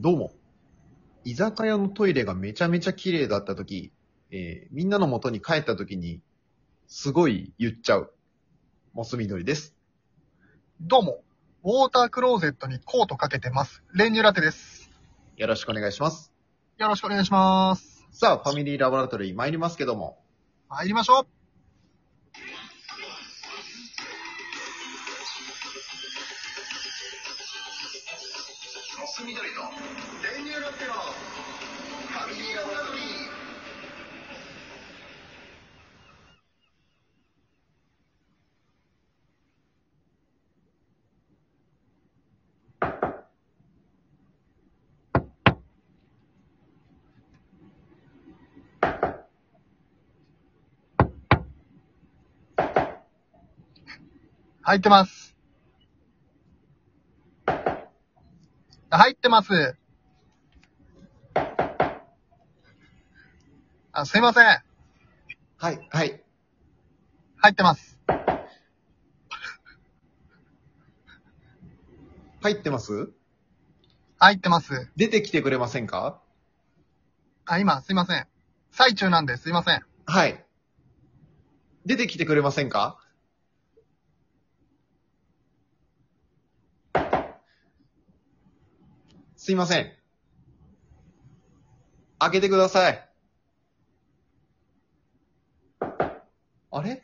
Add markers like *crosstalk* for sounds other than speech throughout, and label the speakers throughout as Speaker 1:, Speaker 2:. Speaker 1: どうも。居酒屋のトイレがめちゃめちゃ綺麗だったとき、えーみんなの元に帰ったときに、すごい言っちゃう。モスみどりです。
Speaker 2: どうも、ウォータークローゼットにコートかけてます。練乳ラテです。
Speaker 1: よろしくお願いします。
Speaker 2: よろしくお願いします。
Speaker 1: さあ、ファミリーラボラトリー参りますけども。
Speaker 2: 参りましょう。
Speaker 1: モスみどりと、練乳ラテの、ファミリーラボラトリー。
Speaker 2: 入ってます。入ってます。あ、すいません。
Speaker 1: はい、はい。
Speaker 2: 入ってます。
Speaker 1: 入ってます
Speaker 2: 入ってます。
Speaker 1: 出てきてくれませんか
Speaker 2: あ、今、すいません。最中なんですいません。
Speaker 1: はい。出てきてくれませんかすいません。開けてください。あれ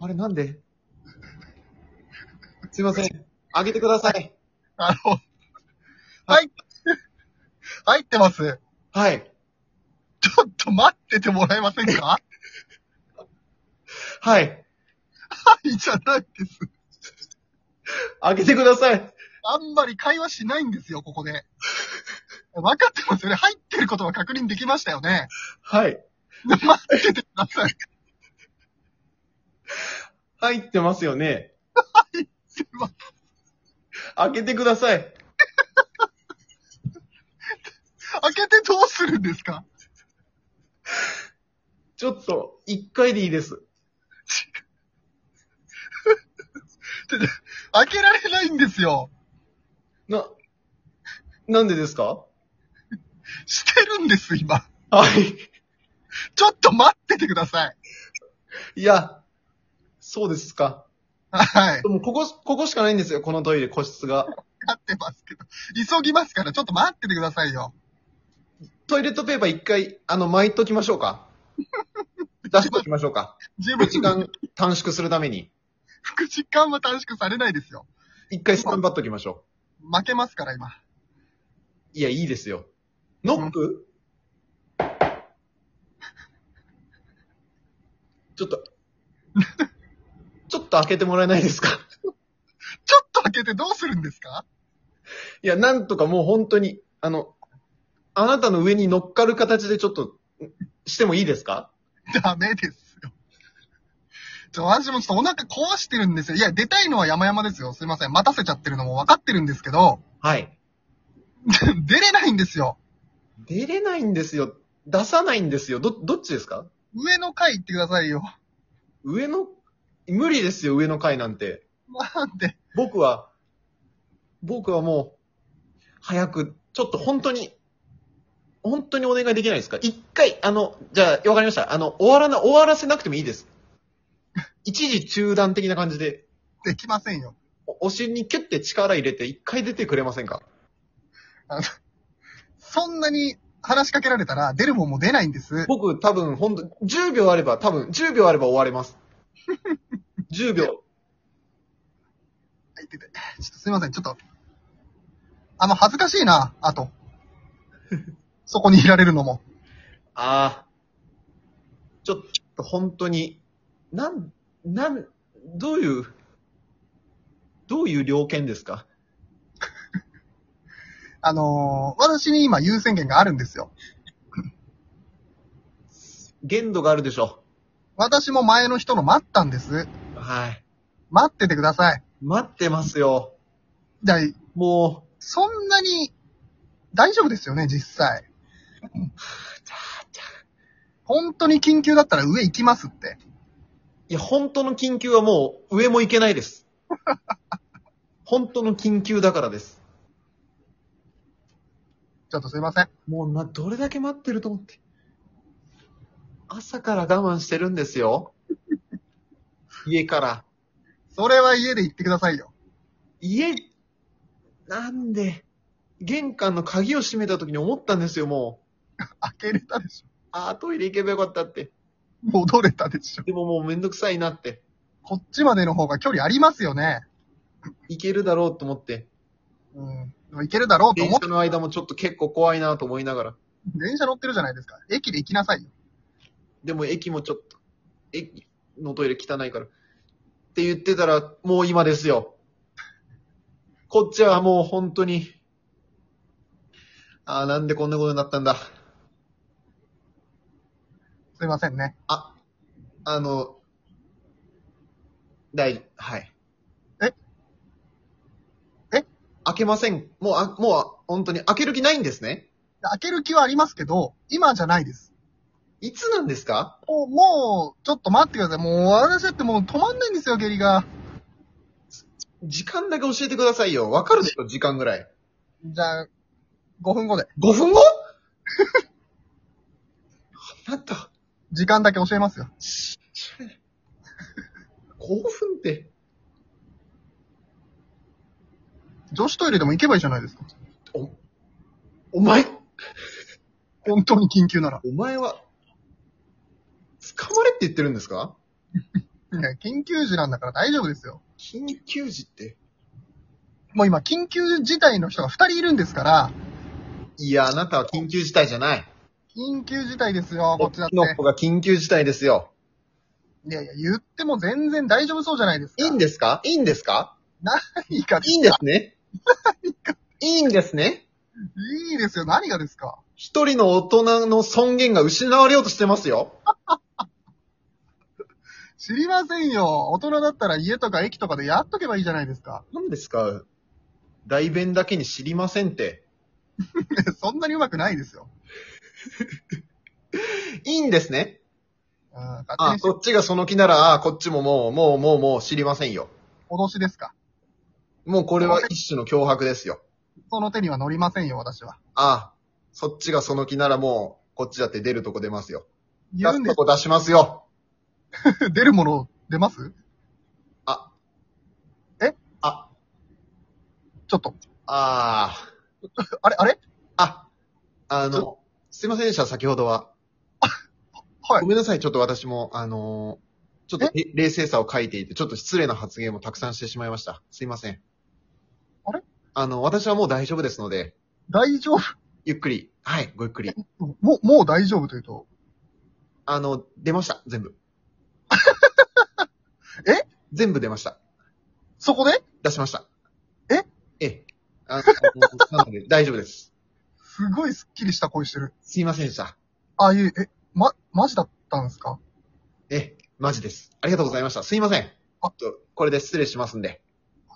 Speaker 1: あれなんですいません。開けてください。
Speaker 2: あの、はい、入ってます。
Speaker 1: はい。
Speaker 2: ちょっと待っててもらえませんか
Speaker 1: はい。
Speaker 2: はい、じゃないです。
Speaker 1: 開けてください。
Speaker 2: あんまり会話しないんですよ、ここで。分かってますよね。入ってることは確認できましたよね。
Speaker 1: *laughs* はい。
Speaker 2: 待っててください。
Speaker 1: 入ってますよね。
Speaker 2: ま
Speaker 1: 開けてください。
Speaker 2: 開けてどうするんですか
Speaker 1: ちょっと、一回でいいです。
Speaker 2: 開けられないんですよ。
Speaker 1: な、なんでですか
Speaker 2: してるんです、今。
Speaker 1: はい。
Speaker 2: ちょっと待っててください。
Speaker 1: いや、そうですか。
Speaker 2: はい。
Speaker 1: でも、ここ、ここしかないんですよ、このトイレ、個室が。
Speaker 2: 分かってますけど。急ぎますから、ちょっと待っててくださいよ。
Speaker 1: トイレットペーパー一回、あの、巻いときましょう *laughs* か。出しときましょうか。
Speaker 2: 十分
Speaker 1: 時間短縮するために。
Speaker 2: 副時間は短縮されないですよ。
Speaker 1: 一回スタンバっときましょ
Speaker 2: 負けますから、今。
Speaker 1: う。いや、いいですよ。ノックちょっと、ちょっと開けてもらえないですか
Speaker 2: ちょっと開けてどうするんですか
Speaker 1: いや、なんとかもう本当に、あの、あなたの上に乗っかる形でちょっと、してもいいですか
Speaker 2: ダメですよ。ちょ、私もちょっとお腹壊してるんですよ。いや、出たいのは山々ですよ。すいません。待たせちゃってるのも分かってるんですけど、 *laughs*
Speaker 1: はい。
Speaker 2: 出れないんですよ。
Speaker 1: 出れないんですよ。出さないんですよ。ど、どっちですか
Speaker 2: 上の階行ってくださいよ。
Speaker 1: 上の、無理ですよ、上の階なんて。
Speaker 2: なんで、
Speaker 1: 僕は、僕はもう、早く、ちょっと本当に、本当にお願いできないですか一回、あの、じゃあ、わかりました。あの、終わらな、終わらせなくてもいいです。 *laughs* 一時中断的な感じで、
Speaker 2: できませんよ。
Speaker 1: おお尻にキュッて力入れて一回出てくれませんか
Speaker 2: そんなに話しかけられたら、出るもんも出ないんです。
Speaker 1: 僕多分ほんと、10秒あれば多分、10秒あれば終われます。10秒。
Speaker 2: あいててちょっとすいません、ちょっと。あの、恥ずかしいな、あと。そこにいられるのも。
Speaker 1: ああ。ちょっと本当に、なん、なん、どういう、どういう条件ですか
Speaker 2: あのー私に今優先権があるんですよ。
Speaker 1: 限度があるでしょ
Speaker 2: 私も前の人の待ったんです。
Speaker 1: う。はい。
Speaker 2: 待っててください。
Speaker 1: 待ってますよ。
Speaker 2: だい
Speaker 1: も
Speaker 2: そんなに大丈夫ですよね、実際。本当に緊急だったら上行きますって。
Speaker 1: う、いや、本当の緊急はもう、上も行けないです。本当の緊急だからです。
Speaker 2: ちょっとすいません。
Speaker 1: もうな、どれだけ待ってると思って。朝から我慢してるんですよ。家から。
Speaker 2: それは家で言ってくださいよ。
Speaker 1: 家、なんで、玄関の鍵を閉めた時に思ったんですよ、も
Speaker 2: 開けれたでし
Speaker 1: う。ああ、トイレ行けばよかったって。
Speaker 2: ょ。戻れたでしょ。
Speaker 1: でももうめんどくさいなって。
Speaker 2: こっちまでの方が距離ありますよね。
Speaker 1: 行けるだろうと思って。
Speaker 2: うん。でも行けるだろうと
Speaker 1: 電
Speaker 2: 思っ
Speaker 1: 車
Speaker 2: て、
Speaker 1: の間もちょっと結構怖いなと思いながら。
Speaker 2: 電車乗ってるじゃないですか。駅で行きなさいよ。
Speaker 1: でも駅もちょっと、駅のトイレ汚いから。って言ってたら、もう今ですよ。こっちはもう本当に、ああ、なんでこんなことになったんだ。
Speaker 2: すいませんね。
Speaker 1: あ、あの、大、はい。
Speaker 2: ええ
Speaker 1: 開けません。もう、あ、もうあ、本当に開ける気ないんですね。
Speaker 2: 開ける気はありますけど、今じゃないです。
Speaker 1: いつなんですか
Speaker 2: もう、もう、ちょっと待ってください。もう、私だってもう止まんないんですよ、下痢が。
Speaker 1: 時間だけ教えてくださいよ。わかるでしょ時間ぐらい。
Speaker 2: じゃあ、5分後で。
Speaker 1: 5分後 *laughs* あなた、
Speaker 2: 時間だけ教えますよ。
Speaker 1: 5分って、
Speaker 2: 女子トイレでも行けばいいじゃないですか。
Speaker 1: お、お前、
Speaker 2: 本当に緊急なら。
Speaker 1: お前は、捕まれって言ってるんですか
Speaker 2: いや、緊急時なんだから大丈夫ですよ。
Speaker 1: 緊急時って。
Speaker 2: もう今、緊急事態の人が2人いるんですから、
Speaker 1: いや、あなたは緊急事態じゃない。
Speaker 2: 緊急事態ですよ、こっちだって。
Speaker 1: の子が緊急事態ですよ。
Speaker 2: いやいや、言っても全然大丈夫そうじゃないですか。
Speaker 1: いいん
Speaker 2: で
Speaker 1: ですかいいんですか
Speaker 2: いいか、
Speaker 1: いいんですねいいんですね
Speaker 2: いいですよ、何がですか。
Speaker 1: 一人の大人の尊厳が失われようとしてますよ。
Speaker 2: 知りませんよ。大人だったら家とか駅とかでやっとけばいいじゃないですか。 *laughs*
Speaker 1: 何ですか代弁だけに知りませんって。
Speaker 2: そんなにうまくないですよ。
Speaker 1: いいんですね
Speaker 2: うん、勝手
Speaker 1: あ
Speaker 2: にし
Speaker 1: そっちがその気なら、あこっちももう、もう、もう、もう知りませんよ。
Speaker 2: 脅しですか。
Speaker 1: もうこれは一種の脅迫ですよ。
Speaker 2: その手には乗りませんよ、私は。
Speaker 1: あそっちがその気ならもう、こっちだって出るとこ出ますよ。
Speaker 2: 言
Speaker 1: 出
Speaker 2: う
Speaker 1: す
Speaker 2: んで
Speaker 1: とこ出しますよ。
Speaker 2: す。出るもの出ます
Speaker 1: あ。
Speaker 2: え
Speaker 1: あ、
Speaker 2: ちょっと。
Speaker 1: あー。
Speaker 2: あれあれ
Speaker 1: あ、あの、すいませんでした、先ほどは。
Speaker 2: はい
Speaker 1: ごめんなさい、ちょっと私も、あのーちょっとれ冷静さを書いていて、ちょっと失礼な発言もたくさんしてしまいました。すいません。
Speaker 2: あれ
Speaker 1: あの、私はもう大丈夫ですので、
Speaker 2: 大丈夫
Speaker 1: ゆっくり、はい、ごゆっくり。
Speaker 2: もう、もう大丈夫というと。
Speaker 1: あの、出ました、全部。
Speaker 2: え
Speaker 1: 全部出ました。
Speaker 2: そこで
Speaker 1: 出しました。
Speaker 2: え
Speaker 1: ええ。あの、なので、大丈夫です。
Speaker 2: すごいスッキリした声してる。
Speaker 1: すいませんでした。
Speaker 2: あ、いえ、え、ま、マジだったんですか
Speaker 1: ええ、マジです。ありがとうございました。すいません。
Speaker 2: あ
Speaker 1: ちょっとこれで失礼しますんで。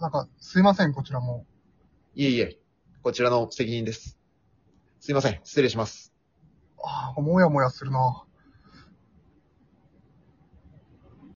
Speaker 2: なんか、すいません、こちらも。
Speaker 1: いえいえ、こちらの責任です。すいません、失礼します。
Speaker 2: ああ、もやもやするな。